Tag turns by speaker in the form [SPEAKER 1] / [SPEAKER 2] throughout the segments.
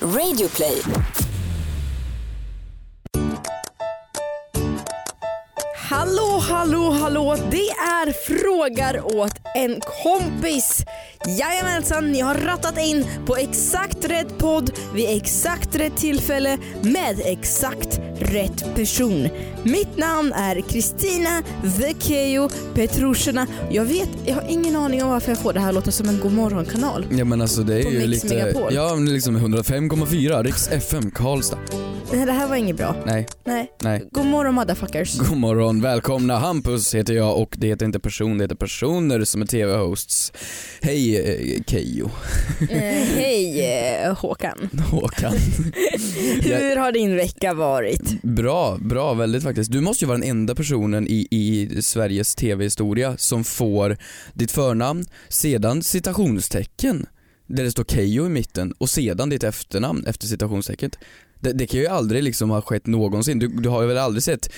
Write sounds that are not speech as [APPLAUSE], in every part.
[SPEAKER 1] Radioplay.
[SPEAKER 2] Hallå, hallå, hallå! Det är Frågar åt en kompis. Jajamensan, ni har rattat in på exakt rätt podd vid exakt rätt tillfälle med exakt rätt person. Mitt namn är Kristina Vekejo Petrushina. Jag vet, jag har ingen aning om varför jag får det här låta som en godmorgonkanal.
[SPEAKER 3] Ja men alltså det är
[SPEAKER 2] På
[SPEAKER 3] ju
[SPEAKER 2] Mix
[SPEAKER 3] lite...
[SPEAKER 2] Megapol.
[SPEAKER 3] Ja men liksom 105,4 Riks FM Karlstad.
[SPEAKER 2] Nej, det här var inget bra.
[SPEAKER 3] Nej,
[SPEAKER 2] Nej.
[SPEAKER 3] nej.
[SPEAKER 2] God morgon motherfuckers.
[SPEAKER 3] [LAUGHS] God morgon, välkomna Hampus heter jag och det heter inte person, det heter personer som är TV-hosts. Hej eh, Keyyo, [LAUGHS]
[SPEAKER 2] eh, hej eh, Håkan. [LAUGHS]
[SPEAKER 3] Håkan. Jag,
[SPEAKER 2] Hur har din vecka varit?
[SPEAKER 3] bra, bra väldigt faktiskt. Du måste ju vara den enda personen i, i Sveriges TV-historia som får ditt förnamn, sedan citationstecken där det står Keyyo i mitten och sedan ditt efternamn efter citationstecknet. Det, det kan ju aldrig liksom ha skett någonsin. Du, du har ju väl aldrig sett,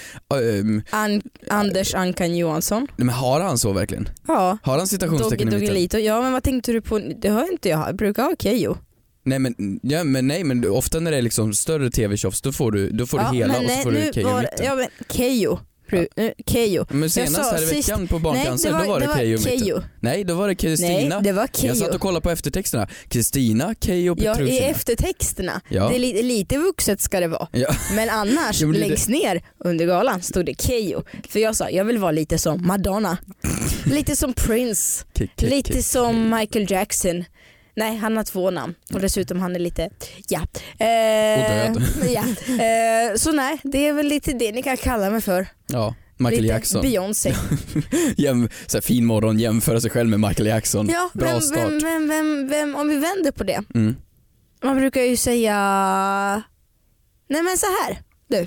[SPEAKER 3] ehm,
[SPEAKER 2] An Anders Ankan Johansson.
[SPEAKER 3] nej men har han så verkligen?
[SPEAKER 2] Ja.
[SPEAKER 3] Har han
[SPEAKER 2] Dogge
[SPEAKER 3] citationstecken i mitten?
[SPEAKER 2] Doggelito. Ja men vad tänkte du på? Det har inte jag. Jag brukar ha Keyyo.
[SPEAKER 3] Nej men, ja, men nej men du- ofta när det är liksom större tv-tjofs då får du, då får
[SPEAKER 2] Ja,
[SPEAKER 3] du hela
[SPEAKER 2] men
[SPEAKER 3] och så
[SPEAKER 2] nej,
[SPEAKER 3] får du
[SPEAKER 2] nu
[SPEAKER 3] Keyyo i
[SPEAKER 2] var-
[SPEAKER 3] mitten.
[SPEAKER 2] Ja men Keyyo. Bru- eh, Keyyo.
[SPEAKER 3] Men
[SPEAKER 2] jag
[SPEAKER 3] senast
[SPEAKER 2] sa
[SPEAKER 3] här i
[SPEAKER 2] sist-
[SPEAKER 3] veckan på
[SPEAKER 2] Nej
[SPEAKER 3] Barncancer,
[SPEAKER 2] det var,
[SPEAKER 3] då var det Keyyo i mitten.
[SPEAKER 2] Keyyo.
[SPEAKER 3] Nej då var det
[SPEAKER 2] Nej
[SPEAKER 3] Kristina.
[SPEAKER 2] det var
[SPEAKER 3] Jag satt
[SPEAKER 2] Keyyo.
[SPEAKER 3] och kollade på eftertexterna. Kristina, Keyyo och
[SPEAKER 2] Ja, I
[SPEAKER 3] Petrushina.
[SPEAKER 2] eftertexterna.
[SPEAKER 3] Ja.
[SPEAKER 2] Det är lite, lite vuxet ska det vara.
[SPEAKER 3] Ja.
[SPEAKER 2] Men annars
[SPEAKER 3] [LAUGHS] Jo, men det-
[SPEAKER 2] längst ner under galan stod det Keyyo. För jag sa jag vill vara lite som
[SPEAKER 3] [LAUGHS]
[SPEAKER 2] Madonna. lite som Prince.
[SPEAKER 3] Kick, kick,
[SPEAKER 2] Lite
[SPEAKER 3] kick.
[SPEAKER 2] som Michael Jackson. Nej, han har två namn och dessutom han är lite, ja. Eh,
[SPEAKER 3] Och död.
[SPEAKER 2] [LAUGHS] ja. Eh, så nej, det är väl lite det ni kan kalla mig för.
[SPEAKER 3] Ja, Michael
[SPEAKER 2] lite
[SPEAKER 3] Jackson.
[SPEAKER 2] Beyoncé.
[SPEAKER 3] Jäm, så här, fin morgon, jämföra sig själv med Michael Jackson.
[SPEAKER 2] Ja,
[SPEAKER 3] Bra
[SPEAKER 2] vem,
[SPEAKER 3] start.
[SPEAKER 2] vem, vem, vem, vem, om vi vänder på det.
[SPEAKER 3] Mm.
[SPEAKER 2] Man brukar ju säga, nej men så här du.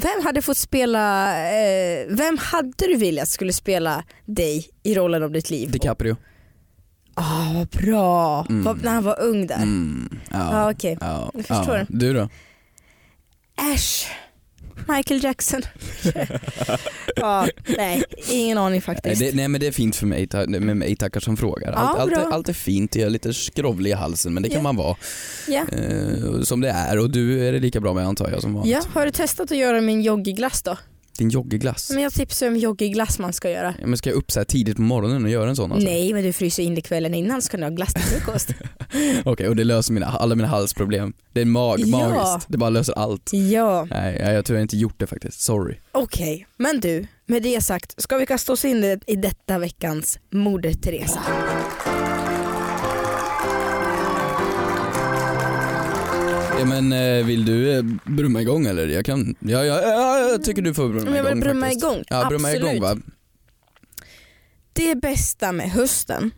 [SPEAKER 2] Vem hade fått spela, eh, vem hade du velat skulle spela dig i rollen om ditt liv?
[SPEAKER 3] DiCaprio.
[SPEAKER 2] Ah, vad bra,
[SPEAKER 3] Mm.
[SPEAKER 2] vad, när han var ung där.
[SPEAKER 3] Mm. Ja.
[SPEAKER 2] Ja, okej.
[SPEAKER 3] ja,
[SPEAKER 2] Jag förstår.
[SPEAKER 3] ja. Du då?
[SPEAKER 2] Äsch. Michael Jackson. [LAUGHS] ja, nej, ingen aning
[SPEAKER 3] Nej,
[SPEAKER 2] faktiskt.
[SPEAKER 3] det, nej men det är fint för mig, ta, med mig tackar som frågar. Allt,
[SPEAKER 2] Ja,
[SPEAKER 3] allt,
[SPEAKER 2] bra.
[SPEAKER 3] är, allt är fint, jag är lite skrovlig i halsen men det kan
[SPEAKER 2] Ja.
[SPEAKER 3] man vara
[SPEAKER 2] Ja.
[SPEAKER 3] eh, som det är och du är det lika bra med antar jag som vanligt.
[SPEAKER 2] ja, har du testat att göra min joggiglass då?
[SPEAKER 3] Din joggeglass.
[SPEAKER 2] Men jag tipsar om joggiglass man ska göra.
[SPEAKER 3] Ja, Men ska jag upp så här tidigt på morgonen och göra en sån? Alltså?
[SPEAKER 2] Nej, men du fryser in det kvällen innan så kan du ha glass till frukost. [LAUGHS]
[SPEAKER 3] Okej och det löser mina, alla mina halsproblem. Det är mag,
[SPEAKER 2] Ja.
[SPEAKER 3] magiskt, det bara löser allt.
[SPEAKER 2] ja,
[SPEAKER 3] Nej jag har tyvärr inte gjort det faktiskt, sorry.
[SPEAKER 2] okej. Men du, med det sagt, ska vi kasta oss in i- i detta veckans Moder Teresa?
[SPEAKER 3] Mm, Ja, men eh, vill du eh, brumma igång eller? Jag kan, ja, ja, ja, jag tycker du får brumma igång
[SPEAKER 2] Men jag vill brumma
[SPEAKER 3] faktiskt.
[SPEAKER 2] igång.
[SPEAKER 3] Ja, brumma
[SPEAKER 2] Absolut.
[SPEAKER 3] igång va?
[SPEAKER 2] det bästa med hösten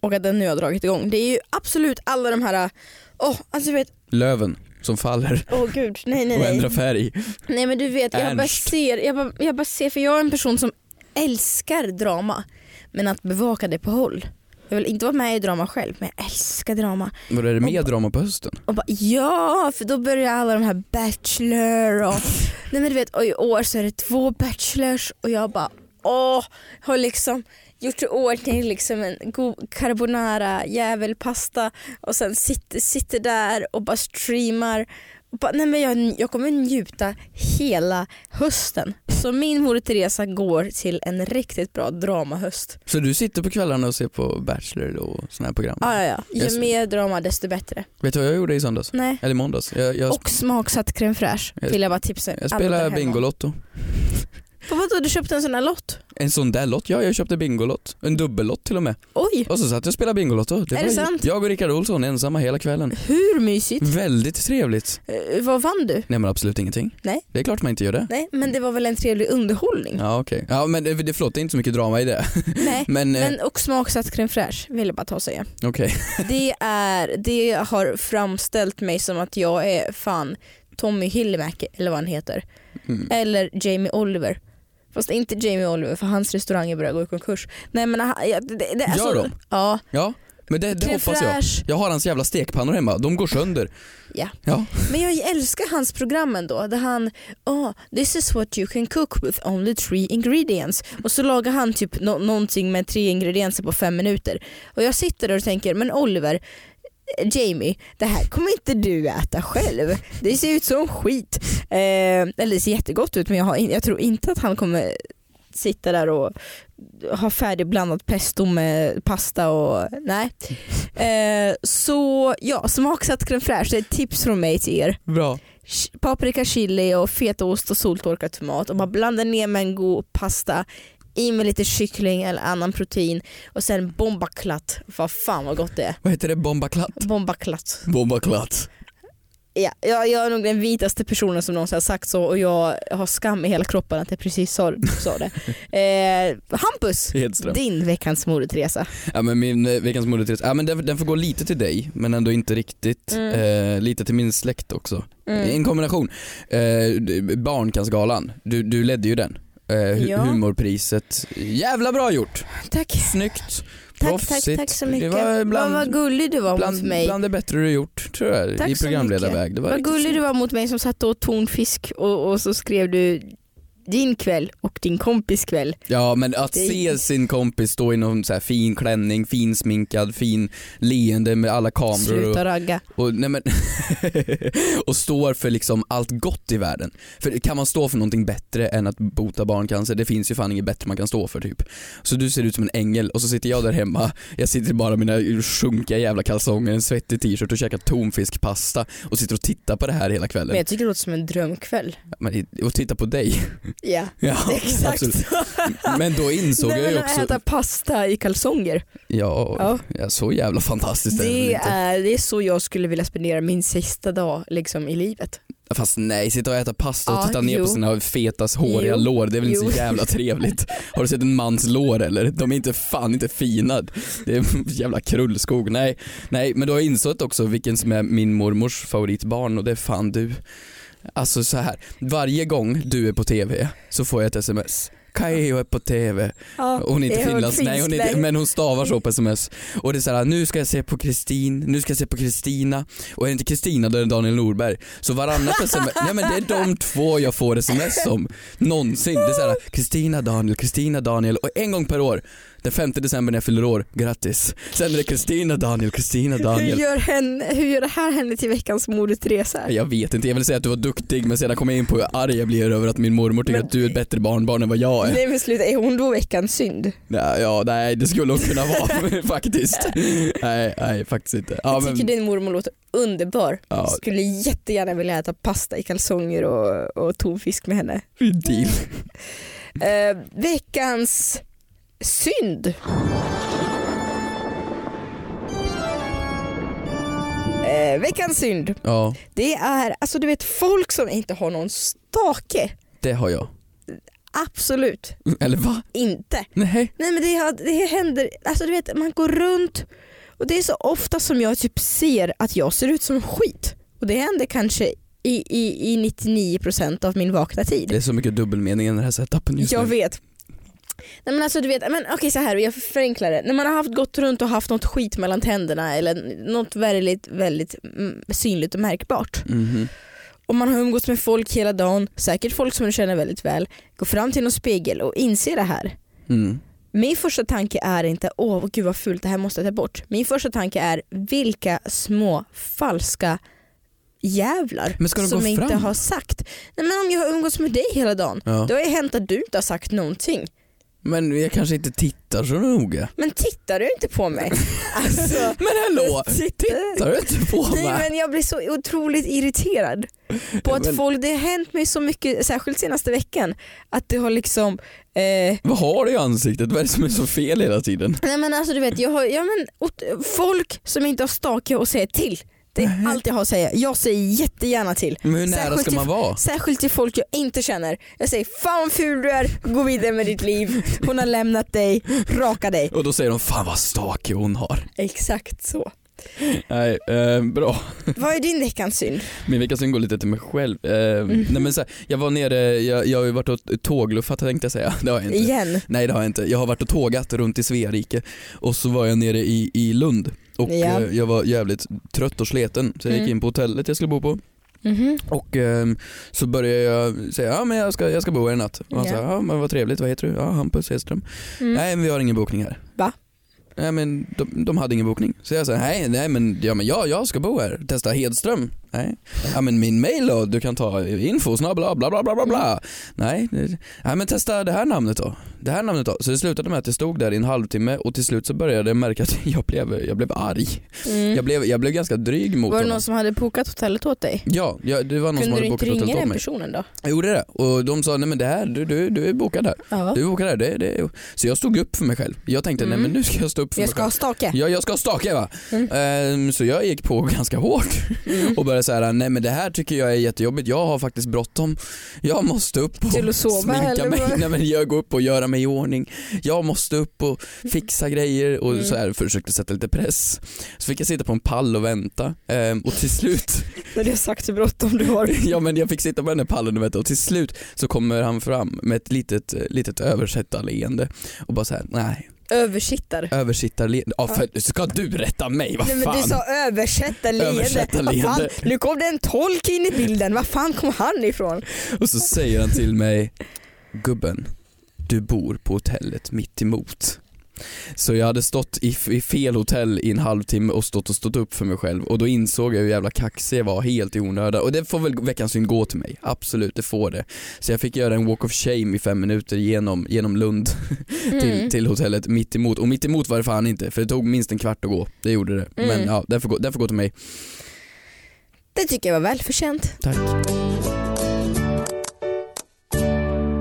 [SPEAKER 2] och att den nu har dragit igång, det är ju absolut alla de här, åh, alltså du vet,
[SPEAKER 3] Löven som faller
[SPEAKER 2] åh gud, nej nej
[SPEAKER 3] och
[SPEAKER 2] nej.
[SPEAKER 3] ändrar färg.
[SPEAKER 2] [LAUGHS] Nej men du vet, jag bara,
[SPEAKER 3] Ernst.
[SPEAKER 2] ser, jag, bara, jag bara ser, för jag är en person som älskar drama men att bevaka det på håll. Jag vill inte vara med i drama själv men jag älskar drama.
[SPEAKER 3] Var är det mer drama på hösten?
[SPEAKER 2] Och bara, ja, för då börjar alla de här Bachelor [LAUGHS] och nej men du vet, och i år så är det två Bachelors och jag bara åh, har liksom gjort i ordning liksom en god carbonara jävelpasta och sen sitter, sitter där och bara streamar. Och bara, nej men jag, jag kommer njuta hela hösten. Så min Moder Teresa går till en riktigt bra dramahöst.
[SPEAKER 3] Så du sitter på kvällarna och ser på Bachelor och sådana här program?
[SPEAKER 2] Ah, ja, ja.
[SPEAKER 3] Yes.
[SPEAKER 2] Ju mer drama desto bättre.
[SPEAKER 3] Vet du vad jag gjorde i söndags?
[SPEAKER 2] Nej.
[SPEAKER 3] Eller i måndags? Jag, jag,
[SPEAKER 2] Och smaksatt crème fraîche
[SPEAKER 3] Jag-
[SPEAKER 2] vill jag bara tipsa
[SPEAKER 3] jag
[SPEAKER 2] alla där
[SPEAKER 3] spelade
[SPEAKER 2] hemma om.
[SPEAKER 3] Bingolotto.
[SPEAKER 2] Och Vadå du köpte en sån här lott?
[SPEAKER 3] En sån där lott? Ja, jag köpte Bingolott. En dubbellott till och med.
[SPEAKER 2] Oj,
[SPEAKER 3] Och så satt jag och spelade Bingolotto.
[SPEAKER 2] Är det
[SPEAKER 3] var
[SPEAKER 2] sant?
[SPEAKER 3] Jag och Rickard Olsson ensamma hela kvällen.
[SPEAKER 2] [LAUGHS] hur mysigt?
[SPEAKER 3] Väldigt trevligt.
[SPEAKER 2] Eh, vad vann du?
[SPEAKER 3] Nej men absolut ingenting.
[SPEAKER 2] Nej.
[SPEAKER 3] Det är klart man inte gör det.
[SPEAKER 2] Nej men det var väl en trevlig underhållning?
[SPEAKER 3] Ja okej. Ja men det, det, förlåt, det är inte så mycket drama i det. [LAUGHS]
[SPEAKER 2] Nej.
[SPEAKER 3] Men, eh,
[SPEAKER 2] Men och smaksatt crème fraîche vill jag bara ta och säga.
[SPEAKER 3] okej.
[SPEAKER 2] Det, är, det har framställt mig som att jag är fan Tommy Hillimäki eller vad han heter.
[SPEAKER 3] Mm.
[SPEAKER 2] Eller Jamie Oliver. Fast inte Jamie Oliver för hans restauranger börjar gå i konkurs. Nej men aha, ja, det, det, det, alltså,
[SPEAKER 3] de?
[SPEAKER 2] Ja.
[SPEAKER 3] Ja, men det, det
[SPEAKER 2] crème
[SPEAKER 3] hoppas jag.
[SPEAKER 2] fraîche.
[SPEAKER 3] Jag har hans jävla stekpannor hemma, de går sönder.
[SPEAKER 2] Ja.
[SPEAKER 3] Ja.
[SPEAKER 2] Men jag älskar hans program ändå där han, oh, this is what you can cook with only three ingredients. Och så lagar han typ no- någonting med tre ingredienser på fem minuter. Och jag sitter där och tänker, men Oliver, Jamie, det här kommer inte du äta själv. Det ser ut som skit. Eh, eller det ser jättegott ut men jag, har, in- jag tror inte att han kommer sitta där och ha färdigblandat pesto med pasta och nej. Eh, så ja, smaksatt crème fraîche, det är ett tips från mig till er.
[SPEAKER 3] Bra.
[SPEAKER 2] Ch- Paprika, chili och fetaost och soltorkad tomat och bara blanda ner med en god pasta i med lite kyckling eller annan protein och sen bombaklat. Vad fan vad gott det är.
[SPEAKER 3] Vad heter det? Bombaklatt?
[SPEAKER 2] Bombaklat.
[SPEAKER 3] Bombaklatt.
[SPEAKER 2] Ja, jag, jag är nog den vitaste personen som någonsin har sagt så och jag har skam i hela kroppen att jag precis sa, sa det.
[SPEAKER 3] [LAUGHS]
[SPEAKER 2] Eh, Hampus,
[SPEAKER 3] Hedström.
[SPEAKER 2] din veckans modetresa.
[SPEAKER 3] Ja men min eh, veckans modetresa, ja men den, den får gå lite till dig men ändå inte riktigt.
[SPEAKER 2] Mm.
[SPEAKER 3] Eh, lite till min släkt också. En kombination. Eh, d- Barncancergalan, du, du ledde ju den. Eh, hu-
[SPEAKER 2] Ja.
[SPEAKER 3] Humorpriset, jävla bra gjort!
[SPEAKER 2] [LAUGHS] Tack.
[SPEAKER 3] Snyggt,
[SPEAKER 2] Tack, tack,
[SPEAKER 3] proffsigt.
[SPEAKER 2] tack så mycket.
[SPEAKER 3] Det var bland,
[SPEAKER 2] vad, vad gullig du var mot
[SPEAKER 3] bland,
[SPEAKER 2] mig.
[SPEAKER 3] bland det bättre du gjort tror jag
[SPEAKER 2] Tack
[SPEAKER 3] i
[SPEAKER 2] så
[SPEAKER 3] programledarväg. Det var
[SPEAKER 2] vad
[SPEAKER 3] riktigt
[SPEAKER 2] gullig
[SPEAKER 3] snyggt.
[SPEAKER 2] du var mot mig som satt och åt tonfisk och, och så skrev du din kväll och din kompis kväll.
[SPEAKER 3] Ja men att
[SPEAKER 2] Det-
[SPEAKER 3] se sin kompis stå i någon så här fin klänning, finsminkad, fin leende med alla kameror och
[SPEAKER 2] Sluta ragga.
[SPEAKER 3] Och, nej men, [LAUGHS] och står för liksom allt gott i världen. För kan man stå för någonting bättre än att bota barncancer? Det finns ju fan inget bättre man kan stå för typ. Så du ser ut som en ängel och så sitter jag där hemma, jag sitter bara i mina sjunkiga jävla kalsonger, en svettig t-shirt och käkar tonfiskpasta och sitter och tittar på det här hela
[SPEAKER 2] Men
[SPEAKER 3] kvällen.
[SPEAKER 2] jag tycker det låter som en drömkväll.
[SPEAKER 3] Men, och tittar på dig.
[SPEAKER 2] [LAUGHS]
[SPEAKER 3] [LAUGHS]
[SPEAKER 2] Ja,
[SPEAKER 3] Ja,
[SPEAKER 2] exakt [LAUGHS]
[SPEAKER 3] absolut.
[SPEAKER 2] så.
[SPEAKER 3] Men då insåg
[SPEAKER 2] Nej,
[SPEAKER 3] jag ju
[SPEAKER 2] men
[SPEAKER 3] också,
[SPEAKER 2] att äta pasta i kalsonger.
[SPEAKER 3] ja,
[SPEAKER 2] Ja.
[SPEAKER 3] ja, så jävla fantastiskt är det väl
[SPEAKER 2] Det
[SPEAKER 3] inte.
[SPEAKER 2] är, det är så jag skulle vilja spendera min sista dag liksom, i livet.
[SPEAKER 3] Fast nej, sitta och äta pasta och
[SPEAKER 2] Ja,
[SPEAKER 3] titta ner
[SPEAKER 2] jo.
[SPEAKER 3] på sina fetas håriga
[SPEAKER 2] Jo.
[SPEAKER 3] lår, det är väl inte
[SPEAKER 2] Jo.
[SPEAKER 3] så jävla trevligt. Har du sett en mans lår eller? De är inte fan inte fina. Det är [LAUGHS] en jävla krullskog. Nej, nej men du har jag insett också vilken som är min mormors favoritbarn och det är fan du. Alltså så här, varje gång du är på TV så får jag ett sms. Kayo är på TV. Hon är inte finlands, nej hon är inte, men hon stavar så på sms. Och det är såhär, nu ska jag se på Kristin, nu ska jag se på Kristina. Och är det inte Kristina då är det Daniel Norberg. Så varannat sms, nej men det är de två jag får sms om. Någonsin. Det är såhär, Kristina, Daniel, Kristina, Daniel. Och en gång per år, den 5 december när jag fyller år, grattis. Sen är det Kristina, Daniel, Kristina,
[SPEAKER 2] Hur
[SPEAKER 3] Daniel.
[SPEAKER 2] gör, henne, hur gör det här henne till veckans modetresa?
[SPEAKER 3] Jag vet inte, jag vill säga att du var duktig men sedan kom jag in på hur arg jag blir över att min mormor tycker
[SPEAKER 2] Men-
[SPEAKER 3] att du är ett bättre barnbarn än vad jag är.
[SPEAKER 2] Nej men sluta, är hon då veckans synd?
[SPEAKER 3] Ja, ja, nej det skulle hon kunna vara [LAUGHS] faktiskt. Nej, nej faktiskt inte. Ja,
[SPEAKER 2] jag
[SPEAKER 3] men,
[SPEAKER 2] tycker din mormor låter underbar.
[SPEAKER 3] Ja.
[SPEAKER 2] Skulle jättegärna vilja äta pasta i kalsonger och, och tonfisk med henne.
[SPEAKER 3] deal.
[SPEAKER 2] Eh, veckans synd. Eh, veckans synd.
[SPEAKER 3] Ja,
[SPEAKER 2] Det är alltså du vet folk som inte har någon stake.
[SPEAKER 3] det har jag.
[SPEAKER 2] Absolut
[SPEAKER 3] Eller va?
[SPEAKER 2] inte.
[SPEAKER 3] Nej.
[SPEAKER 2] Nej men det, har- det händer, alltså du vet man går runt och det är så ofta som jag typ ser att jag ser ut som skit. Och det händer kanske i, i, i 99% av min vakna tid.
[SPEAKER 3] Det är så mycket dubbelmening i den här setupen just
[SPEAKER 2] Jag
[SPEAKER 3] nu.
[SPEAKER 2] vet. Nej men alltså du vet, men okej så här, jag förenklar det. När man har haft gått runt och haft något skit mellan tänderna eller något väldigt, väldigt mm, synligt och märkbart.
[SPEAKER 3] Mhm.
[SPEAKER 2] Och man har umgåtts med folk hela dagen, säkert folk som du känner väldigt väl. Går fram till någon spegel och inser det här.
[SPEAKER 3] Mm.
[SPEAKER 2] Min första tanke är inte åh gud vad fult det här måste jag ta bort. Min första tanke är vilka små falska jävlar
[SPEAKER 3] Men ska de
[SPEAKER 2] som
[SPEAKER 3] gå
[SPEAKER 2] inte
[SPEAKER 3] fram?
[SPEAKER 2] har sagt. Nej men om jag har umgåtts med dig hela dagen,
[SPEAKER 3] Ja.
[SPEAKER 2] då har det hänt att du inte har sagt någonting.
[SPEAKER 3] Men jag kanske inte tittar så noga.
[SPEAKER 2] Men tittar du inte på
[SPEAKER 3] [LAUGHS]
[SPEAKER 2] mig? alltså,
[SPEAKER 3] Men
[SPEAKER 2] [LAUGHS]
[SPEAKER 3] hallå!
[SPEAKER 2] Titta.
[SPEAKER 3] Tittar du inte på mig?
[SPEAKER 2] Nej men jag blir så otroligt irriterad på att
[SPEAKER 3] Men-
[SPEAKER 2] folk, det har hänt mig så mycket, särskilt senaste veckan, att det har liksom eh,
[SPEAKER 3] Vad har du i ansiktet? Vad är det som är så fel hela tiden?
[SPEAKER 2] Nej men alltså du vet, jag har, ja, men, ot- folk som inte har stake och säger till. Det är allt jag har att säga. Jag säger jättegärna till.
[SPEAKER 3] Men hur nära
[SPEAKER 2] Särskilt
[SPEAKER 3] ska
[SPEAKER 2] till-
[SPEAKER 3] man vara?
[SPEAKER 2] Särskilt till folk jag inte känner. Jag säger fan vad ful du är, gå vidare med ditt liv. Hon har lämnat dig, raka dig.
[SPEAKER 3] Och då säger de fan vad stakig hon har.
[SPEAKER 2] Exakt så.
[SPEAKER 3] Nej, eh, bra.
[SPEAKER 2] Vad är din veckans synd?
[SPEAKER 3] Min vecka som går lite till mig själv. Eh, nej, men så här, jag var nere, jag, jag har ju varit och tågluffat tänkte jag säga. Det har jag inte.
[SPEAKER 2] Igen.
[SPEAKER 3] Nej det har jag inte. Jag har varit och tågat runt i Sverige och så var jag nere i, i Lund och
[SPEAKER 2] Ja.
[SPEAKER 3] eh, jag var jävligt trött och sleten så jag gick
[SPEAKER 2] Mm.
[SPEAKER 3] in på hotellet jag skulle bo på
[SPEAKER 2] Mhm.
[SPEAKER 3] och ehm, så började jag säga ja men jag ska, jag ska bo här i natt och han
[SPEAKER 2] Ja.
[SPEAKER 3] sa ja men vad trevligt vad heter du? Ja Hampus Hedström.
[SPEAKER 2] Mm.
[SPEAKER 3] Nej men vi har ingen bokning här.
[SPEAKER 2] Va?
[SPEAKER 3] Nej men de, de hade ingen bokning. Så jag sa, nej, nej men, ja, men jag, jag ska bo här. Testa Hedström. Nej. Ja men min mail då, du kan ta info snabbla bla bla bla bla bla. Nej, det- nej men testa det här namnet då. Det här namnet då. Så det slutade med att jag stod där i en halvtimme och till slut så började jag märka att jag blev, jag blev arg.
[SPEAKER 2] Mm.
[SPEAKER 3] Jag, blev, jag blev ganska dryg mot
[SPEAKER 2] Var det
[SPEAKER 3] honom.
[SPEAKER 2] någon som hade bokat hotellet åt dig?
[SPEAKER 3] Ja, ja, det var någon som
[SPEAKER 2] Kunde du
[SPEAKER 3] hade
[SPEAKER 2] inte
[SPEAKER 3] bokat hotellet
[SPEAKER 2] ringa
[SPEAKER 3] åt
[SPEAKER 2] den
[SPEAKER 3] mig.
[SPEAKER 2] personen då?
[SPEAKER 3] Jag gjorde det och de sa nej men det här, du, du, du är bokad här.
[SPEAKER 2] Ja.
[SPEAKER 3] Du är bokad här. Det, det. Så jag stod upp för mig själv. Jag tänkte
[SPEAKER 2] Mm.
[SPEAKER 3] nej men nu ska jag stå upp för
[SPEAKER 2] Jag
[SPEAKER 3] mig
[SPEAKER 2] ska
[SPEAKER 3] själv.
[SPEAKER 2] ha stake.
[SPEAKER 3] Ja, jag ska staka va.
[SPEAKER 2] Mm.
[SPEAKER 3] Ehm, så jag gick på [LAUGHS] ganska hårt
[SPEAKER 2] Mm.
[SPEAKER 3] och började säga nej men det här tycker jag är jättejobbigt. Jag har faktiskt bråttom. Jag måste upp och
[SPEAKER 2] Till att sova,
[SPEAKER 3] sminka
[SPEAKER 2] eller
[SPEAKER 3] mig.
[SPEAKER 2] vad?
[SPEAKER 3] [LAUGHS] Nej, men jag går upp och göra mig i ordning. Jag måste upp och fixa grejer och
[SPEAKER 2] Mm.
[SPEAKER 3] så här försökte sätta lite press. Så fick jag sitta på en pall och vänta Ehm, och till slut
[SPEAKER 2] När det är sagt hur bråttom du har.
[SPEAKER 3] [LAUGHS] Ja men jag fick sitta på den där pallen du vet, och till slut så kommer han fram med ett litet, eh, litet översittarleende och bara såhär, nej
[SPEAKER 2] Översittare.
[SPEAKER 3] översittarleende, ja för ska du rätta mig, vad
[SPEAKER 2] Nej, men
[SPEAKER 3] fan.
[SPEAKER 2] du sa översätta leende.
[SPEAKER 3] Översätta
[SPEAKER 2] Vad fan,
[SPEAKER 3] leende.
[SPEAKER 2] Nu kom det en tolk in i bilden, var fan kom han ifrån?
[SPEAKER 3] Och så säger han till mig, gubben, du bor på hotellet mitt emot. Så jag hade stått i, i fel hotell i en halvtimme och stått och stått upp för mig själv och då insåg jag hur jävla kaxig jag var helt i onödan och det får väl veckans synd gå till mig, absolut det får det. Så jag fick göra en walk of shame i fem minuter genom, genom Lund
[SPEAKER 2] Mm.
[SPEAKER 3] till, till hotellet mitt emot och mitt emot var det fan inte för det tog minst en kvart att gå. Det gjorde det.
[SPEAKER 2] Mm.
[SPEAKER 3] Men ja, den får, gå, den får gå till mig.
[SPEAKER 2] Det tycker jag var välförtjänt.
[SPEAKER 3] Tack.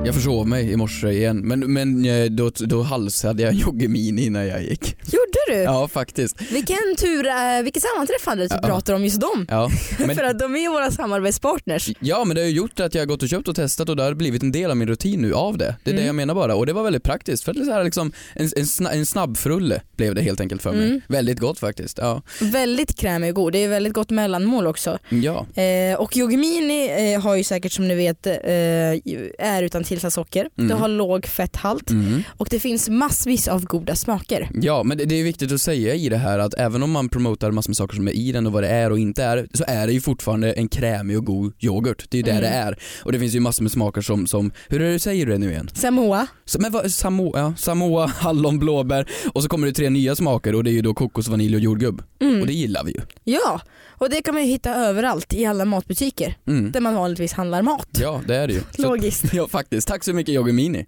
[SPEAKER 3] Jag försov mig i morse igen men, men eh, då, då halsade jag [LAUGHS] Jogge Mini innan jag gick.
[SPEAKER 2] Gjorde du?
[SPEAKER 3] Ja faktiskt.
[SPEAKER 2] Vilken tur, eh, vilket sammanträffande att vi
[SPEAKER 3] Ja.
[SPEAKER 2] pratar om just dem. [LAUGHS]
[SPEAKER 3] Ja. Men,
[SPEAKER 2] För att de är ju våra samarbetspartners.
[SPEAKER 3] ja men det har ju gjort att jag har gått och köpt och testat och det har blivit en del av min rutin nu av det. Det är det
[SPEAKER 2] Mm.
[SPEAKER 3] jag menar bara och det var väldigt praktiskt för det är så här liksom en, en, sna, en snabbfrulle blev det helt enkelt för mig.
[SPEAKER 2] Mm.
[SPEAKER 3] Väldigt gott faktiskt. Ja.
[SPEAKER 2] Väldigt krämig och god, det är väldigt gott mellanmål också.
[SPEAKER 3] ja.
[SPEAKER 2] Eh, och Yogimini eh, har ju säkert som ni vet, eh, ju- är utan tillsatt socker.
[SPEAKER 3] Mm.
[SPEAKER 2] Det har låg fetthalt
[SPEAKER 3] Mm.
[SPEAKER 2] och det finns massvis av goda smaker.
[SPEAKER 3] Ja, men det, det är viktigt att säga i det här att även om man promotar massor med saker som är i den och vad det är och inte är, så är det ju fortfarande en krämig och god yoghurt. Det är ju det
[SPEAKER 2] Mm.
[SPEAKER 3] det är. Och det finns ju massor med smaker som, som hur är det du säger det nu igen?
[SPEAKER 2] Samoa,
[SPEAKER 3] Så, men vad, Samoa, ja, Samoa, [LAUGHS] hallon, blåbär och så kommer det tre nya smaker och det är ju då kokos, vanilj och jordgubb.
[SPEAKER 2] Mm.
[SPEAKER 3] Och det gillar vi ju.
[SPEAKER 2] ja. Och det kan man ju hitta överallt i alla matbutiker
[SPEAKER 3] Mm.
[SPEAKER 2] där man vanligtvis handlar mat.
[SPEAKER 3] Ja,
[SPEAKER 2] [LAUGHS]
[SPEAKER 3] det är det ju. Så, [LAUGHS]
[SPEAKER 2] Logiskt.
[SPEAKER 3] ja, faktiskt. Tack så mycket Yogi Mini.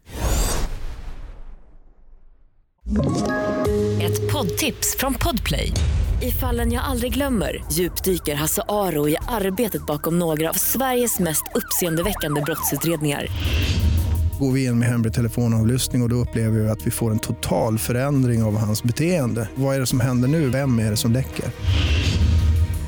[SPEAKER 1] Ett poddtips från Podplay. I fallen jag aldrig glömmer djupdyker Hasse Aro i arbetet bakom några av Sveriges mest uppseendeväckande brottsutredningar.
[SPEAKER 4] går vi in med hemlig telefonavlyssning och, och då upplever vi att vi får en total förändring av hans beteende. Vad är det som händer nu? Vem är det som läcker?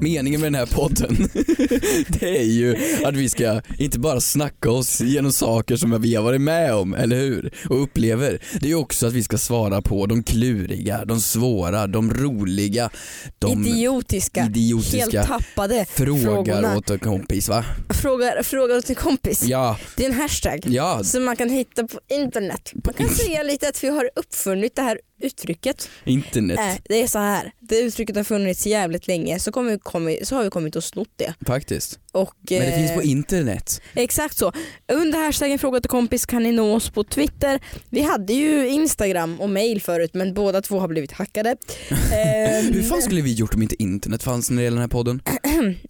[SPEAKER 3] meningen med den här podden [LAUGHS] det är ju att vi ska inte bara snacka oss genom saker som vi har varit med om, eller hur? Och upplever. Det är ju också att vi ska svara på de kluriga, de svåra, de roliga, de
[SPEAKER 2] Idiotiska,
[SPEAKER 3] idiotiska
[SPEAKER 2] helt tappade
[SPEAKER 3] frågar
[SPEAKER 2] frågorna.
[SPEAKER 3] åt en kompis va?
[SPEAKER 2] Frågar, frågar åt en kompis.
[SPEAKER 3] Ja,
[SPEAKER 2] Det är en hashtag.
[SPEAKER 3] ja, Mm.
[SPEAKER 2] Som man kan hitta på internet. Man kan säga lite att vi har uppfunnit det här uttrycket.
[SPEAKER 3] internet
[SPEAKER 2] Nej, det är så här. Det uttrycket har funnits jävligt länge så, kommer vi, kommer, så har vi kommit och snott det.
[SPEAKER 3] faktiskt.
[SPEAKER 2] Och,
[SPEAKER 3] Men det
[SPEAKER 2] eh,
[SPEAKER 3] finns på internet.
[SPEAKER 2] Exakt så. Under hashtaggen fråga till kompis kan ni nå oss på Twitter. Vi hade ju Instagram och mail förut men båda två har blivit hackade. Ehm,
[SPEAKER 3] [LAUGHS] Hur fan skulle vi gjort om inte internet fanns när det gäller den här podden?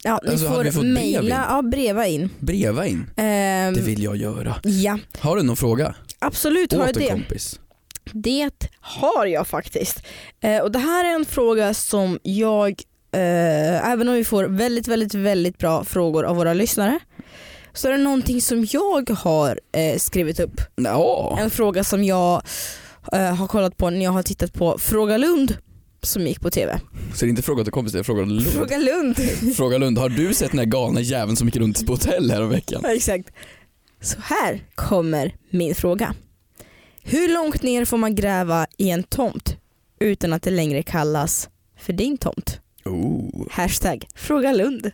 [SPEAKER 2] ja, ni
[SPEAKER 3] alltså, hade vi
[SPEAKER 2] får
[SPEAKER 3] fått brev
[SPEAKER 2] mejla,
[SPEAKER 3] in?
[SPEAKER 2] ja, breva in.
[SPEAKER 3] Breva in,
[SPEAKER 2] Ehm,
[SPEAKER 3] det vill jag göra.
[SPEAKER 2] Ja,
[SPEAKER 3] Har du någon fråga?
[SPEAKER 2] absolut har jag
[SPEAKER 3] Åt en
[SPEAKER 2] det.
[SPEAKER 3] kompis.
[SPEAKER 2] Det har jag faktiskt. Eh, och Det här är en fråga som jag, eh, även om vi får väldigt, väldigt, väldigt bra frågor av våra lyssnare, så är det någonting som jag har eh, skrivit upp.
[SPEAKER 3] Ja.
[SPEAKER 2] En fråga som jag eh, har kollat på när jag har tittat på Fråga Lund som gick på TV.
[SPEAKER 3] Så det är inte fråga till kompis, det är fråga till Lund.
[SPEAKER 2] Fråga Lund!
[SPEAKER 3] [LAUGHS]
[SPEAKER 2] [LAUGHS]
[SPEAKER 3] Fråga Lund, har du sett den här galna jäveln som gick runt på hotell här om veckan?
[SPEAKER 2] Exakt. Så här kommer min fråga. Hur långt ner får man gräva i en tomt utan att det längre kallas för din tomt?
[SPEAKER 3] Oh.
[SPEAKER 2] Hashtag fråga Lund.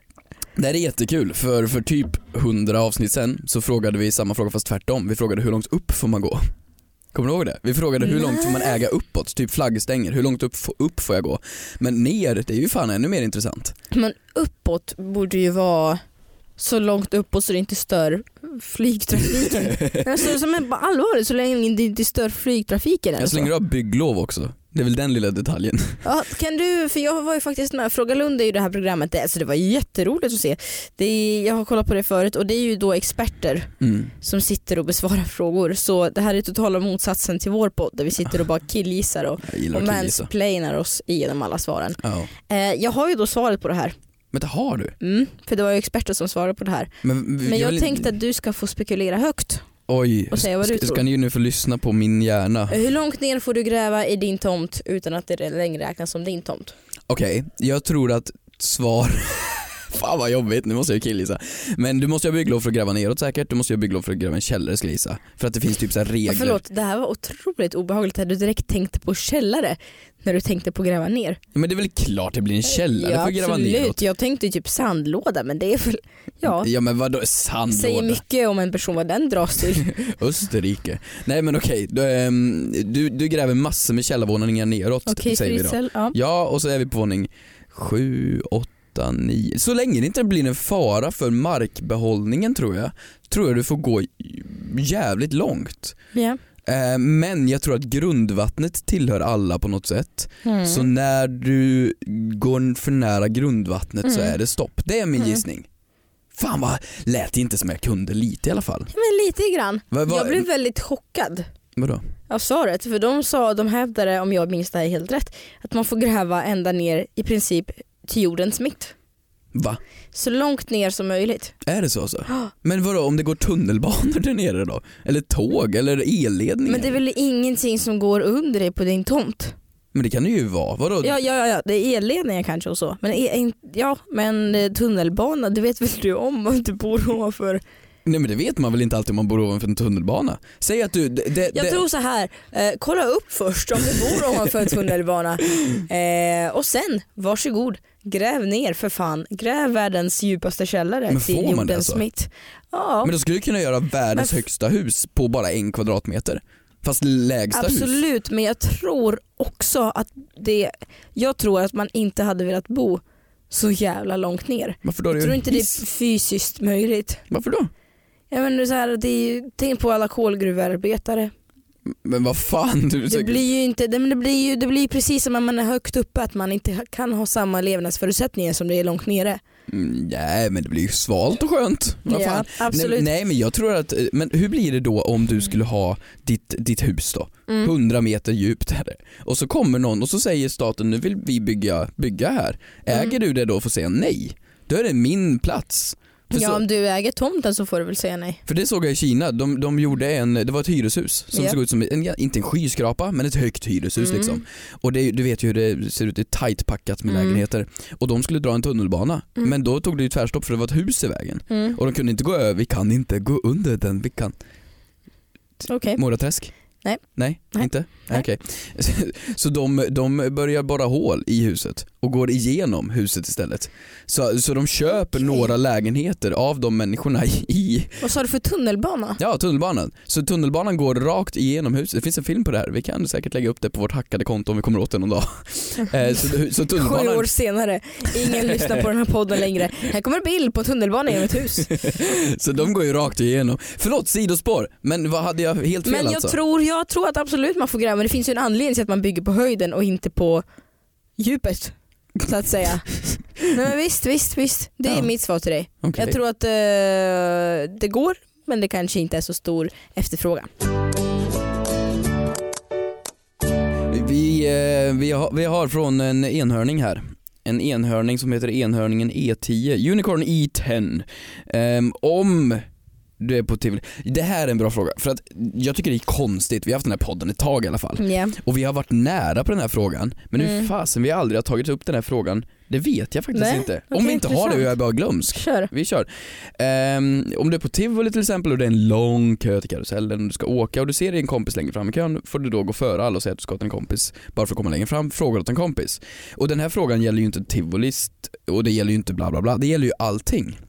[SPEAKER 3] Det här är jättekul, för, för typ 100 avsnitt sen så frågade vi samma fråga fast tvärtom. Vi frågade hur långt upp får man gå? Kommer du ihåg det? Vi frågade hur långt får man äga uppåt, typ flaggstänger, hur långt upp, upp får jag gå? Men ner, det är ju fan ännu mer intressant.
[SPEAKER 2] Men uppåt borde ju vara så långt uppåt så det inte stör
[SPEAKER 3] [LAUGHS]
[SPEAKER 2] flygtrafiken. alltså, som är på allvarligt, så länge det inte stör flygtrafiken.
[SPEAKER 3] Jag
[SPEAKER 2] Alltså.
[SPEAKER 3] slänger av bygglov också. Det är väl den lilla detaljen. [LAUGHS]
[SPEAKER 2] Ja, kan du, för jag var ju faktiskt med, Fråga Lund är ju det här programmet, det, alltså det var jätteroligt att se. Det är, jag har kollat på det förut och det är ju då experter
[SPEAKER 3] Mm.
[SPEAKER 2] som sitter och besvarar frågor. Så det här är totala motsatsen till vår podd där vi sitter och bara killgissar och,
[SPEAKER 3] Jag gillar
[SPEAKER 2] och
[SPEAKER 3] att killgissa.
[SPEAKER 2] mansplainar oss igenom alla svaren.
[SPEAKER 3] Ja.
[SPEAKER 2] Eh, jag har ju då svaret på det här,
[SPEAKER 3] Men det har du.
[SPEAKER 2] mm, för det var ju experter som svarade på det här.
[SPEAKER 3] Men, vi-
[SPEAKER 2] Men jag
[SPEAKER 3] vill-
[SPEAKER 2] tänkte att du ska få spekulera högt.
[SPEAKER 3] Oj,
[SPEAKER 2] och säga vad du
[SPEAKER 3] ska,
[SPEAKER 2] tror. Eh.
[SPEAKER 3] ska ni ju nu få lyssna på min hjärna.
[SPEAKER 2] Hur långt ner får du gräva i din tomt utan att det längre räknas som din tomt?
[SPEAKER 3] Okej, jag tror att svar... [LAUGHS] Fan vad jobbigt, nu måste jag ju killgissa. Men du måste ju ha bygglov för att gräva neråt säkert, du måste ju ha bygglov för att gräva en källare skulle jag gissa. För att det finns typ så här regler.
[SPEAKER 2] Förlåt, det här var otroligt obehagligt att du direkt tänkte på källare när du tänkte på gräva ner.
[SPEAKER 3] Men det är väl klart det
[SPEAKER 2] Eh,
[SPEAKER 3] blir en källare för att gräva neråt.
[SPEAKER 2] Jag tänkte typ sandlåda men det är väl, ja.
[SPEAKER 3] Ja men vadå sandlåda?
[SPEAKER 2] Säger [LAUGHS] mycket om en person vad den dras
[SPEAKER 3] [LAUGHS]
[SPEAKER 2] till.
[SPEAKER 3] Österrike. Nej men okej, du, ehm, du, du gräver massor med källarvåningar neråt
[SPEAKER 2] Okej
[SPEAKER 3] säger vi då.
[SPEAKER 2] Fritzl, ja.
[SPEAKER 3] Ja och så är vi på våning 7, 8, 9. Så länge det inte blir en fara för markbehållningen tror jag, tror jag du får gå jävligt långt.
[SPEAKER 2] ja.
[SPEAKER 3] Eh, Men jag tror att grundvattnet tillhör alla på något sätt.
[SPEAKER 2] Mm.
[SPEAKER 3] Så när du går för nära grundvattnet så
[SPEAKER 2] Mm.
[SPEAKER 3] är det stopp. Det är min
[SPEAKER 2] Mm.
[SPEAKER 3] gissning. Fan vad lät inte som jag kunde lite i alla fall.
[SPEAKER 2] Men lite grann.
[SPEAKER 3] Va, va,
[SPEAKER 2] Jag blev väldigt chockad
[SPEAKER 3] Vadå?
[SPEAKER 2] av svaret för de sa, de hävdade om jag minns det här helt rätt, att man får gräva ända ner i princip till jordens mitt.
[SPEAKER 3] Va?
[SPEAKER 2] Så långt ner som möjligt. [GASPS]
[SPEAKER 3] Är det så så? Men vadå om det går tunnelbanor där nere då? Eller tåg eller elledningar?
[SPEAKER 2] Men det är väl ingenting som går under dig på din tomt?
[SPEAKER 3] Men det kan det ju vara. Vadå?
[SPEAKER 2] Ja, ja, ja, ja. det är elledningar kanske och så. Men, e- in- ja, men eh, tunnelbana, det vet väl du om om du bor ovanför?
[SPEAKER 3] Nej men det vet man väl inte alltid om man bor ovanför en tunnelbana? Säg att du... Det, det,
[SPEAKER 2] Jag
[SPEAKER 3] det-
[SPEAKER 2] tror så här, eh, kolla upp först om du bor ovanför en
[SPEAKER 3] [LAUGHS]
[SPEAKER 2] tunnelbana. Eh, och sen, varsågod, gräv ner för fan. Gräv världens djupaste källare
[SPEAKER 3] Men får
[SPEAKER 2] till
[SPEAKER 3] man det
[SPEAKER 2] jordens
[SPEAKER 3] alltså?
[SPEAKER 2] mitt. Ja,
[SPEAKER 3] Men då skulle du kunna göra världens
[SPEAKER 2] Men f-
[SPEAKER 3] högsta hus på bara en kvadratmeter. Fast lägsta hus.
[SPEAKER 2] absolut. Men jag tror också att det, jag tror att man inte hade velat bo så jävla långt ner.
[SPEAKER 3] Varför då? Det är
[SPEAKER 2] Jag
[SPEAKER 3] ju
[SPEAKER 2] tror
[SPEAKER 3] en
[SPEAKER 2] inte det
[SPEAKER 3] hiss.
[SPEAKER 2] är fysiskt möjligt.
[SPEAKER 3] Varför då?
[SPEAKER 2] Jag menar, så här, det är ju, tänk på alla kolgruvarbetare.
[SPEAKER 3] Men vad fan du
[SPEAKER 2] Det blir ju inte, det, men det blir ju det blir precis som när man är högt uppe att man inte ha- kan ha samma levnadsförutsättningar som det är långt nere.
[SPEAKER 3] Mm, Nej men det blir ju svalt och skönt. Vad
[SPEAKER 2] Ja,
[SPEAKER 3] fan?
[SPEAKER 2] absolut.
[SPEAKER 3] Nej, nej men jag tror att, eh, men hur blir det då om du skulle ha ditt, ditt hus då?
[SPEAKER 2] Mm.
[SPEAKER 3] 100 meter djupt är det. Och så kommer någon och så säger staten nu vill vi bygga, bygga här.
[SPEAKER 2] Mm.
[SPEAKER 3] Äger du det då får säga nej. Då är det min plats. För,
[SPEAKER 2] ja,
[SPEAKER 3] så,
[SPEAKER 2] om du äger tomten så får du väl säga nej.
[SPEAKER 3] för det såg jag i Kina, de, de gjorde en, det var ett hyreshus som
[SPEAKER 2] Ja.
[SPEAKER 3] såg ut som, en, inte en skyskrapa men ett högt hyreshus
[SPEAKER 2] Mm.
[SPEAKER 3] liksom. Och det, är ju- du vet ju hur det ser ut, det är tight packat med
[SPEAKER 2] Mm.
[SPEAKER 3] lägenheter. Och de skulle dra en tunnelbana
[SPEAKER 2] Mm.
[SPEAKER 3] men då tog det ju tvärstopp för det var ett hus i vägen. Och de kunde inte gå över, vi kan inte gå under den, vi kan.
[SPEAKER 2] Okej.
[SPEAKER 3] Moraträsk?
[SPEAKER 2] Nej.
[SPEAKER 3] Nej,
[SPEAKER 2] Nej.
[SPEAKER 3] inte?
[SPEAKER 2] Nej.
[SPEAKER 3] Nej. Okej. [LAUGHS] Så de, de börjar borra hål i huset och går igenom huset istället. Så, så de köper
[SPEAKER 2] Okej.
[SPEAKER 3] några lägenheter av de människorna i
[SPEAKER 2] Vad sa du för tunnelbana?
[SPEAKER 3] ja, tunnelbanan. Så tunnelbanan går rakt igenom huset. Det finns en film på det här, vi kan säkert lägga upp det på vårt hackade konto om vi kommer åt det
[SPEAKER 2] [LAUGHS]
[SPEAKER 3] någon dag. Eh, så, så
[SPEAKER 2] Sju
[SPEAKER 3] tunnelbanan
[SPEAKER 2] år senare, ingen lyssnar på den här podden längre. Här kommer en bild på tunnelbanan genom ett hus.
[SPEAKER 3] Så de går ju rakt igenom. Förlåt, sidospår. Men vad hade jag helt fel
[SPEAKER 2] Men jag,
[SPEAKER 3] alltså?
[SPEAKER 2] tror, jag tror att absolut man får gräva, men det finns ju en anledning till att man bygger på höjden och inte på djupet. Så att
[SPEAKER 3] [LAUGHS]
[SPEAKER 2] säga. Nej, men visst, visst, visst. Det är
[SPEAKER 3] Ja.
[SPEAKER 2] mitt svar till dig.
[SPEAKER 3] Okej.
[SPEAKER 2] Jag tror att eh, det går, men det kanske inte är så stor efterfrågan.
[SPEAKER 3] Vi, eh, vi, har, vi har från en enhörning här. En enhörning som heter enhörningen E10, Unicorn E10. Ehm, om du är på TV. Det här är en bra fråga för att jag tycker det är konstigt, vi har haft den här podden ett tag i alla fall.
[SPEAKER 2] Ja.
[SPEAKER 3] Och vi har varit nära på den här frågan, men hur
[SPEAKER 2] Mm.
[SPEAKER 3] fasen vi aldrig har tagit upp den här frågan, det vet jag faktiskt
[SPEAKER 2] Nej,
[SPEAKER 3] inte.
[SPEAKER 2] okej,
[SPEAKER 3] Om vi inte har det
[SPEAKER 2] intressant.
[SPEAKER 3] jag är bara glömsk.
[SPEAKER 2] Kör.
[SPEAKER 3] Vi kör. Ehm, om du är på tivoli till exempel och det är en lång kö till karusellen och du ska åka och du ser din kompis längre fram i kön får du då gå före alla och säga att du ska till en kompis bara för att komma längre fram. Frågar åt en kompis. Och den här frågan gäller ju inte tivolist och det gäller ju inte bla bla bla. Det gäller ju allting.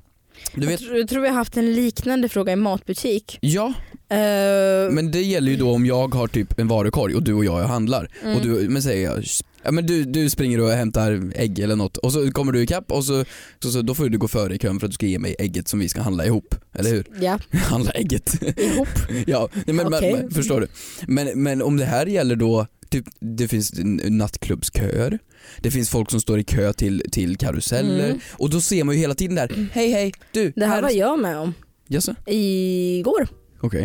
[SPEAKER 3] Du vet,
[SPEAKER 2] Jag tror- jag tror vi har haft en liknande fråga i matbutik.
[SPEAKER 3] ja,
[SPEAKER 2] Eh,
[SPEAKER 3] men det gäller ju då om jag har typ en varukorg och du och jag handlar.
[SPEAKER 2] Mm.
[SPEAKER 3] Och du, men säger jag, ja, men du, du springer och hämtar ägg eller något och så kommer du ikapp och så, så, så då får du gå före i kön för att du ska ge mig ägget som vi ska handla ihop. Eller hur? [LAUGHS]
[SPEAKER 2] Ja,
[SPEAKER 3] Handla ägget.
[SPEAKER 2] ihop.
[SPEAKER 3] Ja, nej, men,
[SPEAKER 2] Okej.
[SPEAKER 3] men, förstår du. Men, men om det här gäller då, typ, det finns n- nattklubbsköer, det finns folk som står i kö till, till karuseller
[SPEAKER 2] Mm.
[SPEAKER 3] och då ser man ju hela tiden där, hej hej, du,
[SPEAKER 2] Det här var jag med om
[SPEAKER 3] Jaså?
[SPEAKER 2] igår.
[SPEAKER 3] Okej.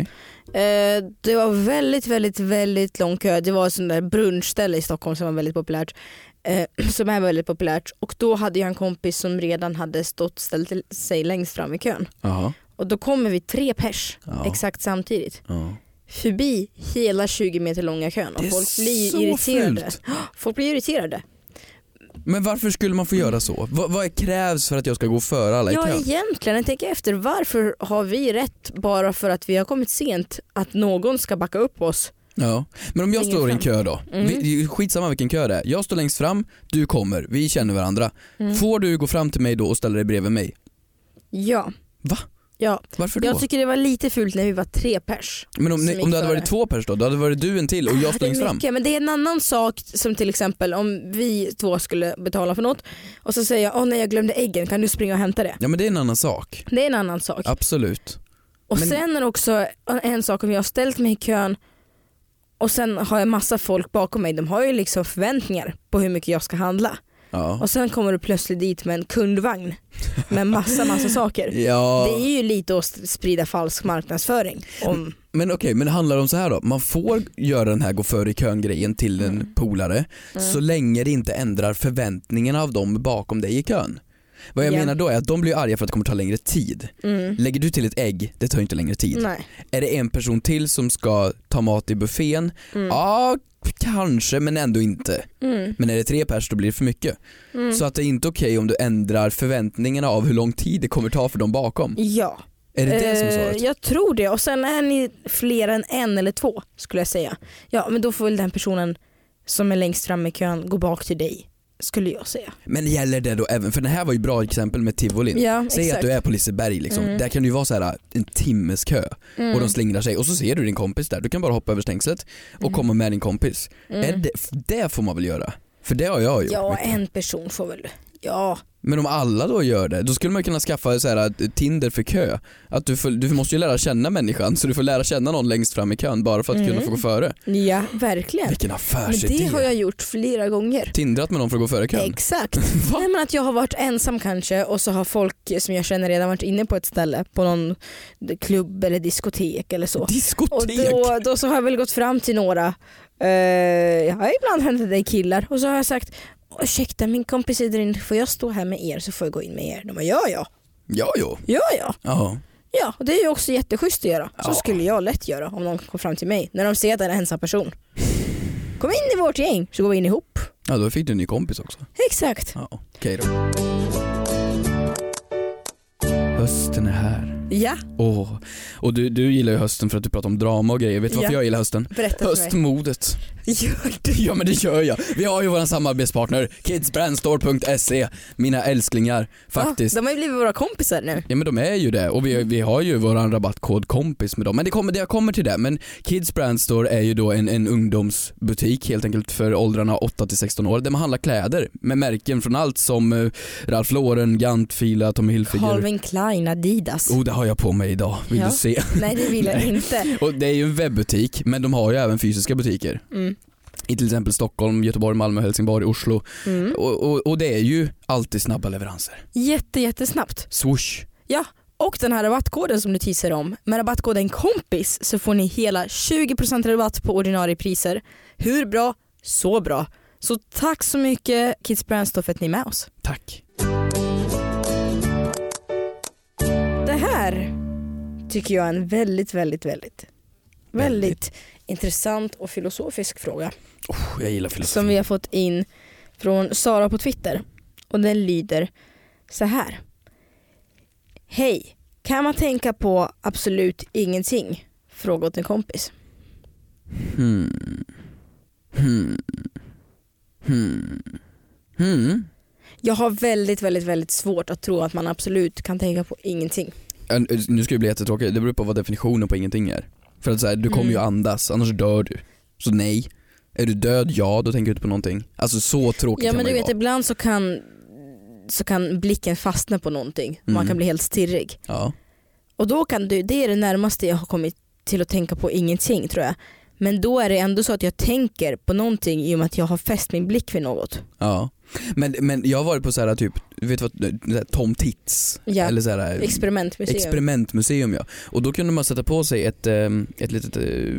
[SPEAKER 2] Eh, det var väldigt, väldigt, väldigt lång kö. Det var ett sånt där brunchställe i Stockholm som var väldigt populärt. Eh, [CLEARS THROAT] som är väldigt populärt. Och då hade jag en kompis som redan hade stått ställt till- sig längst fram i kön.
[SPEAKER 3] Jaha.
[SPEAKER 2] Och då kommer vi tre pers
[SPEAKER 3] Ja.
[SPEAKER 2] exakt samtidigt.
[SPEAKER 3] Ja.
[SPEAKER 2] Förbi hela 20 meter långa kön. Och
[SPEAKER 3] Det är
[SPEAKER 2] folk blir
[SPEAKER 3] så
[SPEAKER 2] ju irriterade.
[SPEAKER 3] fult.
[SPEAKER 2] Folk blir irriterade.
[SPEAKER 3] Men varför skulle man få göra så? Va, vad krävs för att jag ska gå före alla i
[SPEAKER 2] Ja
[SPEAKER 3] kön?
[SPEAKER 2] egentligen, jag tänker efter. Varför har vi rätt bara för att vi har kommit sent att någon ska backa upp oss?
[SPEAKER 3] Ja. Men om jag
[SPEAKER 2] Ingen
[SPEAKER 3] står i en
[SPEAKER 2] fram.
[SPEAKER 3] kö då,
[SPEAKER 2] Mm.
[SPEAKER 3] vi, det är ju skitsamma vilken kö det är. Jag står längst fram, du kommer, vi känner varandra.
[SPEAKER 2] Mm.
[SPEAKER 3] Får du gå fram till mig då och ställa dig bredvid mig?
[SPEAKER 2] Ja.
[SPEAKER 3] Va?
[SPEAKER 2] Ja,
[SPEAKER 3] Varför då?
[SPEAKER 2] Jag tycker det var lite fult när vi var tre pers. som
[SPEAKER 3] Men om,
[SPEAKER 2] gick
[SPEAKER 3] om det hade
[SPEAKER 2] före.
[SPEAKER 3] varit två pers då, då hade det varit du en till och jag står
[SPEAKER 2] det är
[SPEAKER 3] längst fram.
[SPEAKER 2] mycket, men det är en annan sak som till exempel om vi två skulle betala för något och så säger jag åh nej jag glömde äggen, kan du springa och hämta det?
[SPEAKER 3] Ja men det är en annan sak.
[SPEAKER 2] Det är en annan sak.
[SPEAKER 3] Absolut.
[SPEAKER 2] och
[SPEAKER 3] men-
[SPEAKER 2] sen är det också en sak om jag har ställt mig i kön och sen har jag massa folk bakom mig, de har ju liksom förväntningar på hur mycket jag ska handla.
[SPEAKER 3] Ja.
[SPEAKER 2] Och sen kommer du plötsligt dit med en kundvagn med massa
[SPEAKER 3] [LAUGHS]
[SPEAKER 2] massa saker.
[SPEAKER 3] ja.
[SPEAKER 2] Det är ju lite att sprida falsk marknadsföring. Om,
[SPEAKER 3] Men okej, men det handlar om så här då. Man får göra den här gå före i kön grejen till
[SPEAKER 2] Mm.
[SPEAKER 3] en polare så länge det inte ändrar förväntningarna av dem bakom dig i kön. Vad jag
[SPEAKER 2] Ja.
[SPEAKER 3] menar då är att de blir arga för att det kommer ta längre tid.
[SPEAKER 2] mm,
[SPEAKER 3] Lägger du till ett ägg, det tar ju inte längre tid.
[SPEAKER 2] nej.
[SPEAKER 3] Är det en person till som ska ta mat i buffén?
[SPEAKER 2] Mm.
[SPEAKER 3] Ja, kanske men ändå inte.
[SPEAKER 2] Mm,
[SPEAKER 3] Men är det tre pers då blir det för mycket.
[SPEAKER 2] mm.
[SPEAKER 3] Så att det är inte okej om du ändrar förväntningarna av hur lång tid det kommer ta för dem bakom.
[SPEAKER 2] Ja.
[SPEAKER 3] Är det det som är
[SPEAKER 2] Eh,
[SPEAKER 3] svaret?
[SPEAKER 2] Jag tror det och sen är ni fler än en eller två skulle jag säga. Ja men då får väl den personen som är längst fram i kön gå bak till dig skulle jag säga.
[SPEAKER 3] Men gäller det då även, för det här var ju bra exempel med tivolin.
[SPEAKER 2] Ja Mm.
[SPEAKER 3] Säg att du är på Liseberg liksom, där kan det ju vara så här en timmes kö och de slingrar sig och så ser du din kompis där, du kan bara hoppa över stängslet och
[SPEAKER 2] Mm.
[SPEAKER 3] komma med din kompis. Är det, det får man väl göra? För det har jag gjort.
[SPEAKER 2] Ja
[SPEAKER 3] mycket.
[SPEAKER 2] en person får väl, ja.
[SPEAKER 3] Men om alla då gör det, då skulle man kunna skaffa så här, ett Tinder för kö. Att du, får, du måste ju lära känna människan så du får lära känna någon längst fram i kön bara för att kunna få gå före.
[SPEAKER 2] Mm. Ja verkligen.
[SPEAKER 3] Vilken
[SPEAKER 2] Men
[SPEAKER 3] affärsidé!
[SPEAKER 2] det har jag gjort flera gånger.
[SPEAKER 3] Tindrat med någon för att gå före i kön. [LAUGHS]
[SPEAKER 2] Exakt. Nej, men att jag har varit ensam kanske och så har folk som jag känner redan varit inne på ett ställe på någon klubb eller diskotek eller så. Och
[SPEAKER 3] Diskotek!
[SPEAKER 2] då, då så har jag väl gått fram till några, eh, jag har ibland hämtat dig killar och så har jag sagt ursäkta min kompis är där inne, får jag stå här med er så får jag gå in med er. De bara ja ja,
[SPEAKER 3] Ja, jo.
[SPEAKER 2] ja ja.
[SPEAKER 3] Ja.
[SPEAKER 2] Ja, och det är ju också jätteschysst att göra. Så
[SPEAKER 3] Ja.
[SPEAKER 2] skulle jag lätt göra om någon kom fram till mig när de ser att det är en ensam person. Kom in i vårt gäng så går vi in ihop.
[SPEAKER 3] ja, då fick du en ny kompis också.
[SPEAKER 2] Exakt.
[SPEAKER 3] Ja, okej då. Hösten är här.
[SPEAKER 2] Ja,
[SPEAKER 3] Åh, och du, du gillar ju hösten för att du pratar om drama och grejer. Vet du varför
[SPEAKER 2] Ja.
[SPEAKER 3] jag gillar hösten?
[SPEAKER 2] berätta för mig.
[SPEAKER 3] Höstmodet. [LAUGHS]
[SPEAKER 2] Gör det.
[SPEAKER 3] Ja men det gör jag. Vi har ju våran samarbetspartner kidsbrandstore.se. Mina älsklingar faktiskt.
[SPEAKER 2] Ja, de har ju blivit våra kompisar nu.
[SPEAKER 3] Ja men de är ju det och vi, vi har ju våran rabattkod kompis med dem. Men det kommer, det- jag kommer till det. Men Kids Brand Store är ju då en, en ungdomsbutik helt enkelt för åldrarna 8 till 16 år där man handlar kläder med märken från allt som eh, Ralph Lauren, Gant, Fila, Tommy Hilfiger.
[SPEAKER 2] Calvin Klein, Adidas.
[SPEAKER 3] Oh det har jag på mig idag, vill
[SPEAKER 2] Ja.
[SPEAKER 3] du se? [LAUGHS]
[SPEAKER 2] Nej det vill jag
[SPEAKER 3] Nej.
[SPEAKER 2] inte.
[SPEAKER 3] Och det är ju en webbutik men de har ju även fysiska butiker.
[SPEAKER 2] Mm.
[SPEAKER 3] I till exempel Stockholm, Göteborg, Malmö, Helsingborg, Oslo.
[SPEAKER 2] Mm.
[SPEAKER 3] Och, och, och det är ju alltid snabba leveranser.
[SPEAKER 2] Jätte, jättesnabbt.
[SPEAKER 3] Swoosh.
[SPEAKER 2] Ja, och den här rabattkoden som du teasar om. Med rabattkoden KOMPIS så får ni hela 20% rabatt på ordinarie priser. Hur bra? Så bra. Så tack så mycket Kids Brandstoff för att ni är med oss.
[SPEAKER 3] Tack.
[SPEAKER 2] Det här tycker jag är en väldigt, väldigt, väldigt, väldigt, intressant och filosofisk fråga
[SPEAKER 3] Oh, jag gillar filosofi.
[SPEAKER 2] som vi har fått in från Sara på Twitter. Och den lyder så här. Hej, kan man tänka på absolut ingenting? Fråga åt en kompis.
[SPEAKER 3] Hmm. Hmm. Hmm. Hmm.
[SPEAKER 2] Jag har väldigt, väldigt, väldigt svårt att tro att man absolut kan tänka på ingenting.
[SPEAKER 3] En- Äh, Nu ska det bli jättetråkigt, det beror på vad definitionen på ingenting är. För att så här, du kommer ju
[SPEAKER 2] Mm.
[SPEAKER 3] andas, annars dör du. Så nej. Är du död, ja då tänker du inte på någonting. Alltså så tråkigt
[SPEAKER 2] Ja
[SPEAKER 3] kan
[SPEAKER 2] men
[SPEAKER 3] man
[SPEAKER 2] du
[SPEAKER 3] ju
[SPEAKER 2] vet
[SPEAKER 3] vara.
[SPEAKER 2] ibland så kan, så kan blicken fastna på någonting. Man
[SPEAKER 3] Mm.
[SPEAKER 2] kan bli helt stirrig.
[SPEAKER 3] Ja.
[SPEAKER 2] Och då kan du, det är det närmaste jag har kommit till att tänka på ingenting tror jag. Men då är det ändå så att jag tänker på någonting i och med att jag har fäst min blick vid något.
[SPEAKER 3] Ja. Men, men jag har varit på så här typ, du vet vad, det här Tom Tits.
[SPEAKER 2] Ja.
[SPEAKER 3] Eller så här, äh,
[SPEAKER 2] Experimentmuseum.
[SPEAKER 3] experimentmuseum ja. Och då kunde man sätta på sig ett, eh, ett litet, eh,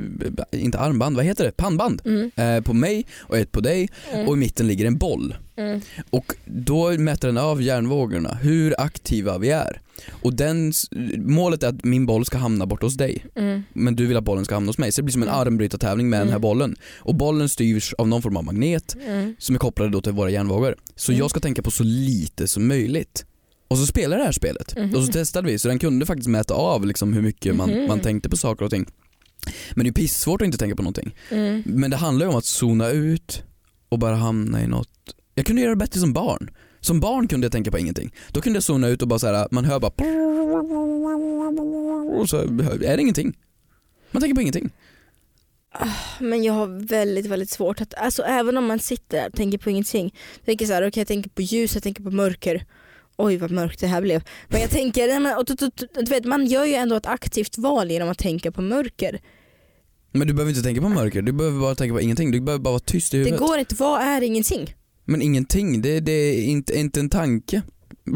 [SPEAKER 3] inte armband, vad heter det? Pannband.
[SPEAKER 2] mm.
[SPEAKER 3] Eh, På mig och ett på dig
[SPEAKER 2] Mm.
[SPEAKER 3] och i mitten ligger en boll.
[SPEAKER 2] Mm.
[SPEAKER 3] Och då mäter den av hjärnvågorna, hur aktiva vi är. Och den, s- målet är att min boll ska hamna bort hos dig.
[SPEAKER 2] Mm.
[SPEAKER 3] Men du vill att bollen ska hamna hos mig. Så det blir som en
[SPEAKER 2] Mm.
[SPEAKER 3] armbrytartävling med den här
[SPEAKER 2] Mm.
[SPEAKER 3] bollen. Och bollen styrs av någon form av magnet
[SPEAKER 2] Mm.
[SPEAKER 3] som är kopplade då till våra hjärnvågor. Så
[SPEAKER 2] Mm.
[SPEAKER 3] jag ska tänka på så lite som möjligt. Och så spelade det här spelet.
[SPEAKER 2] Mhm.
[SPEAKER 3] Och så testade vi, så den kunde faktiskt mäta av liksom hur mycket man,
[SPEAKER 2] Mhm.
[SPEAKER 3] man tänkte på saker och ting. Men det är pissvårt att inte tänka på någonting.
[SPEAKER 2] Mm.
[SPEAKER 3] Men det handlar ju om att zona ut och bara hamna i något. Jag kunde göra det bättre som barn. Som barn kunde jag tänka på ingenting. Då kunde jag zona ut och bara så här, man hör bara och så är det ingenting. Man tänker på ingenting.
[SPEAKER 2] Men jag har väldigt, väldigt svårt att, alltså även om man sitter där och tänker på ingenting. Jag tänker så här, okej jag tänker på ljus, jag tänker på mörker. Oj vad mörkt det här blev. Men jag tänker, nej, men, och, du- du- du vet, man gör ju ändå ett aktivt val genom att tänka på mörker.
[SPEAKER 3] Men du behöver inte tänka på mörker, du behöver bara tänka på ingenting. Du behöver bara vara tyst i
[SPEAKER 2] Det
[SPEAKER 3] huvudet.
[SPEAKER 2] går inte, vad är ingenting?
[SPEAKER 3] Men ingenting, det, det är inte, inte en tanke.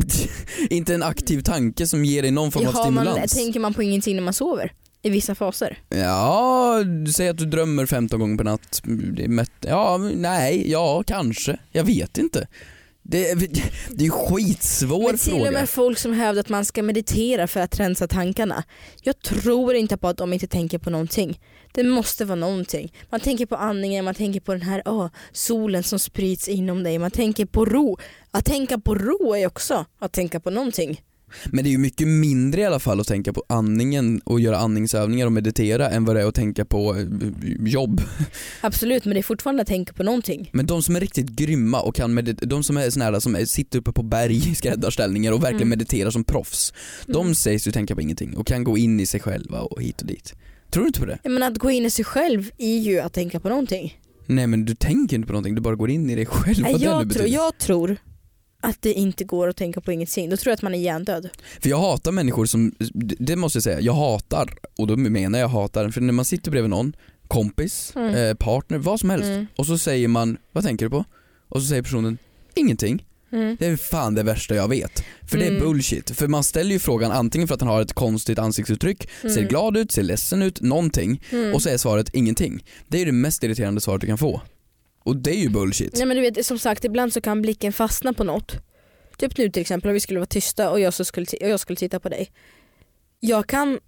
[SPEAKER 3] [LAUGHS] inte en aktiv tanke som ger dig någon form av
[SPEAKER 2] Jaha, man,
[SPEAKER 3] stimulans.
[SPEAKER 2] tänker man på ingenting när man sover? I vissa faser.
[SPEAKER 3] Ja, du säger att du drömmer 15 gånger per natt. Det är mätt- Ja, men nej, ja, kanske. Jag vet inte. Det, är- det är en skitsvår
[SPEAKER 2] Men till
[SPEAKER 3] fråga.
[SPEAKER 2] och med folk som hävdar att man ska meditera för att rensa tankarna. Jag tror inte på att de inte tänker på någonting. Det måste vara någonting. Man tänker på andningen, man tänker på den här ah, solen som sprids inom dig, man tänker på ro. Att tänka på ro är ju också att tänka på någonting.
[SPEAKER 3] Men det är ju mycket mindre i alla fall att tänka på andningen och göra andningsövningar och meditera än vad det är att tänka på eh, jobb.
[SPEAKER 2] Absolut, men det är fortfarande att tänka på någonting.
[SPEAKER 3] Men de som är riktigt grymma och kan meditera, de som är såna här som är, sitter uppe på berg i skräddarställningar och verkligen
[SPEAKER 2] Mm.
[SPEAKER 3] mediterar som proffs. De
[SPEAKER 2] Mm.
[SPEAKER 3] sägs ju tänka på ingenting och kan gå in i sig själva och hit och dit. Tror du inte på det?
[SPEAKER 2] Jag menar att gå in i sig själv är ju att tänka på någonting.
[SPEAKER 3] Nej men du tänker inte på någonting, du bara går in i dig själv.
[SPEAKER 2] Nej,
[SPEAKER 3] Vad det nu
[SPEAKER 2] jag, tror,
[SPEAKER 3] betyder.
[SPEAKER 2] jag tror att det inte går att tänka på ingenting. Då tror jag att man är hjärndöd.
[SPEAKER 3] För jag hatar människor som, det det måste jag säga, jag hatar, och då menar jag hatar, för när man sitter bredvid någon, kompis,
[SPEAKER 2] Mm.
[SPEAKER 3] eh, partner, vad som helst,
[SPEAKER 2] Mm.
[SPEAKER 3] och så säger man, vad tänker du på? Och så säger personen, ingenting.
[SPEAKER 2] Mm.
[SPEAKER 3] Det är fan det värsta jag vet. För det är
[SPEAKER 2] Mm.
[SPEAKER 3] bullshit. För man ställer ju frågan antingen för att han har ett konstigt ansiktsuttryck, ser
[SPEAKER 2] Mm.
[SPEAKER 3] glad ut, ser ledsen ut, någonting.
[SPEAKER 2] Mm.
[SPEAKER 3] Och så är svaret ingenting. Det är ju det mest irriterande svaret du kan få. Och det är ju bullshit.
[SPEAKER 2] Nej men du vet som sagt ibland så kan blicken fastna på något. Typ nu till exempel om vi skulle vara tysta och jag, så skulle, ti- och jag skulle titta på dig. Jag kan,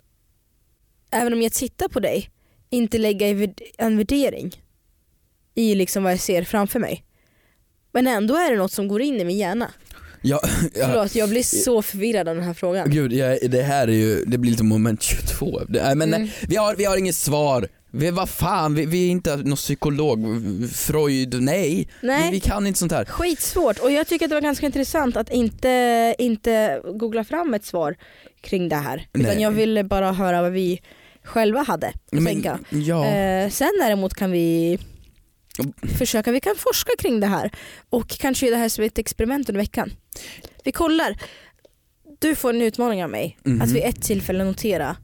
[SPEAKER 2] även om jag tittar på dig, inte lägga i värd- en värdering i liksom vad jag ser framför mig. Men ändå är det något som går in i min hjärna.
[SPEAKER 3] Ja, [LAUGHS] ja,
[SPEAKER 2] Förlåt jag blir så förvirrad av den här frågan.
[SPEAKER 3] gud, jag, det här är ju, det blir lite moment 22. Det, nej, men
[SPEAKER 2] Mm.
[SPEAKER 3] nej, vi, har, vi har inget svar. Vi, vad fan, vi, vi är inte någon psykolog, Freud, nej. Vi, vi
[SPEAKER 2] Nej,
[SPEAKER 3] kan inte sånt här.
[SPEAKER 2] skitsvårt och jag tycker att det var ganska intressant att inte, inte googla fram ett svar kring det här. Utan
[SPEAKER 3] Nej.
[SPEAKER 2] jag ville bara höra vad vi själva hade att tänka.
[SPEAKER 3] ja.
[SPEAKER 2] Eh, sen däremot kan vi försöka, vi kan forska kring det här och kanske göra det här som ett experiment under veckan. Vi kollar. Du får en utmaning av mig
[SPEAKER 3] Mhm.
[SPEAKER 2] att vid ett tillfälle notera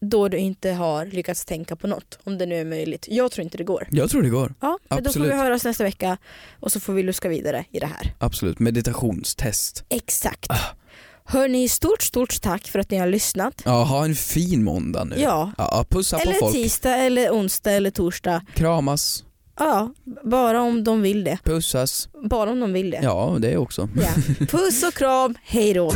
[SPEAKER 2] då du inte har lyckats tänka på något, om det nu är möjligt. Jag tror inte det går.
[SPEAKER 3] Jag tror det går.
[SPEAKER 2] Ja, men då får vi
[SPEAKER 3] Absolut.
[SPEAKER 2] höras nästa vecka och så får vi luska vidare i det här.
[SPEAKER 3] Absolut, meditationstest.
[SPEAKER 2] Exakt.
[SPEAKER 3] Ah.
[SPEAKER 2] Hörni, stort stort tack för att ni har lyssnat.
[SPEAKER 3] Ja, ha en fin måndag nu.
[SPEAKER 2] Ja,
[SPEAKER 3] Ja, pussa på
[SPEAKER 2] eller
[SPEAKER 3] folk,
[SPEAKER 2] tisdag eller onsdag eller torsdag.
[SPEAKER 3] kramas,
[SPEAKER 2] Ja, bara om de vill det.
[SPEAKER 3] pussas.
[SPEAKER 2] Bara om de vill det.
[SPEAKER 3] [LAUGHS] Ja, det också.
[SPEAKER 2] Ja. Puss och kram, hej då.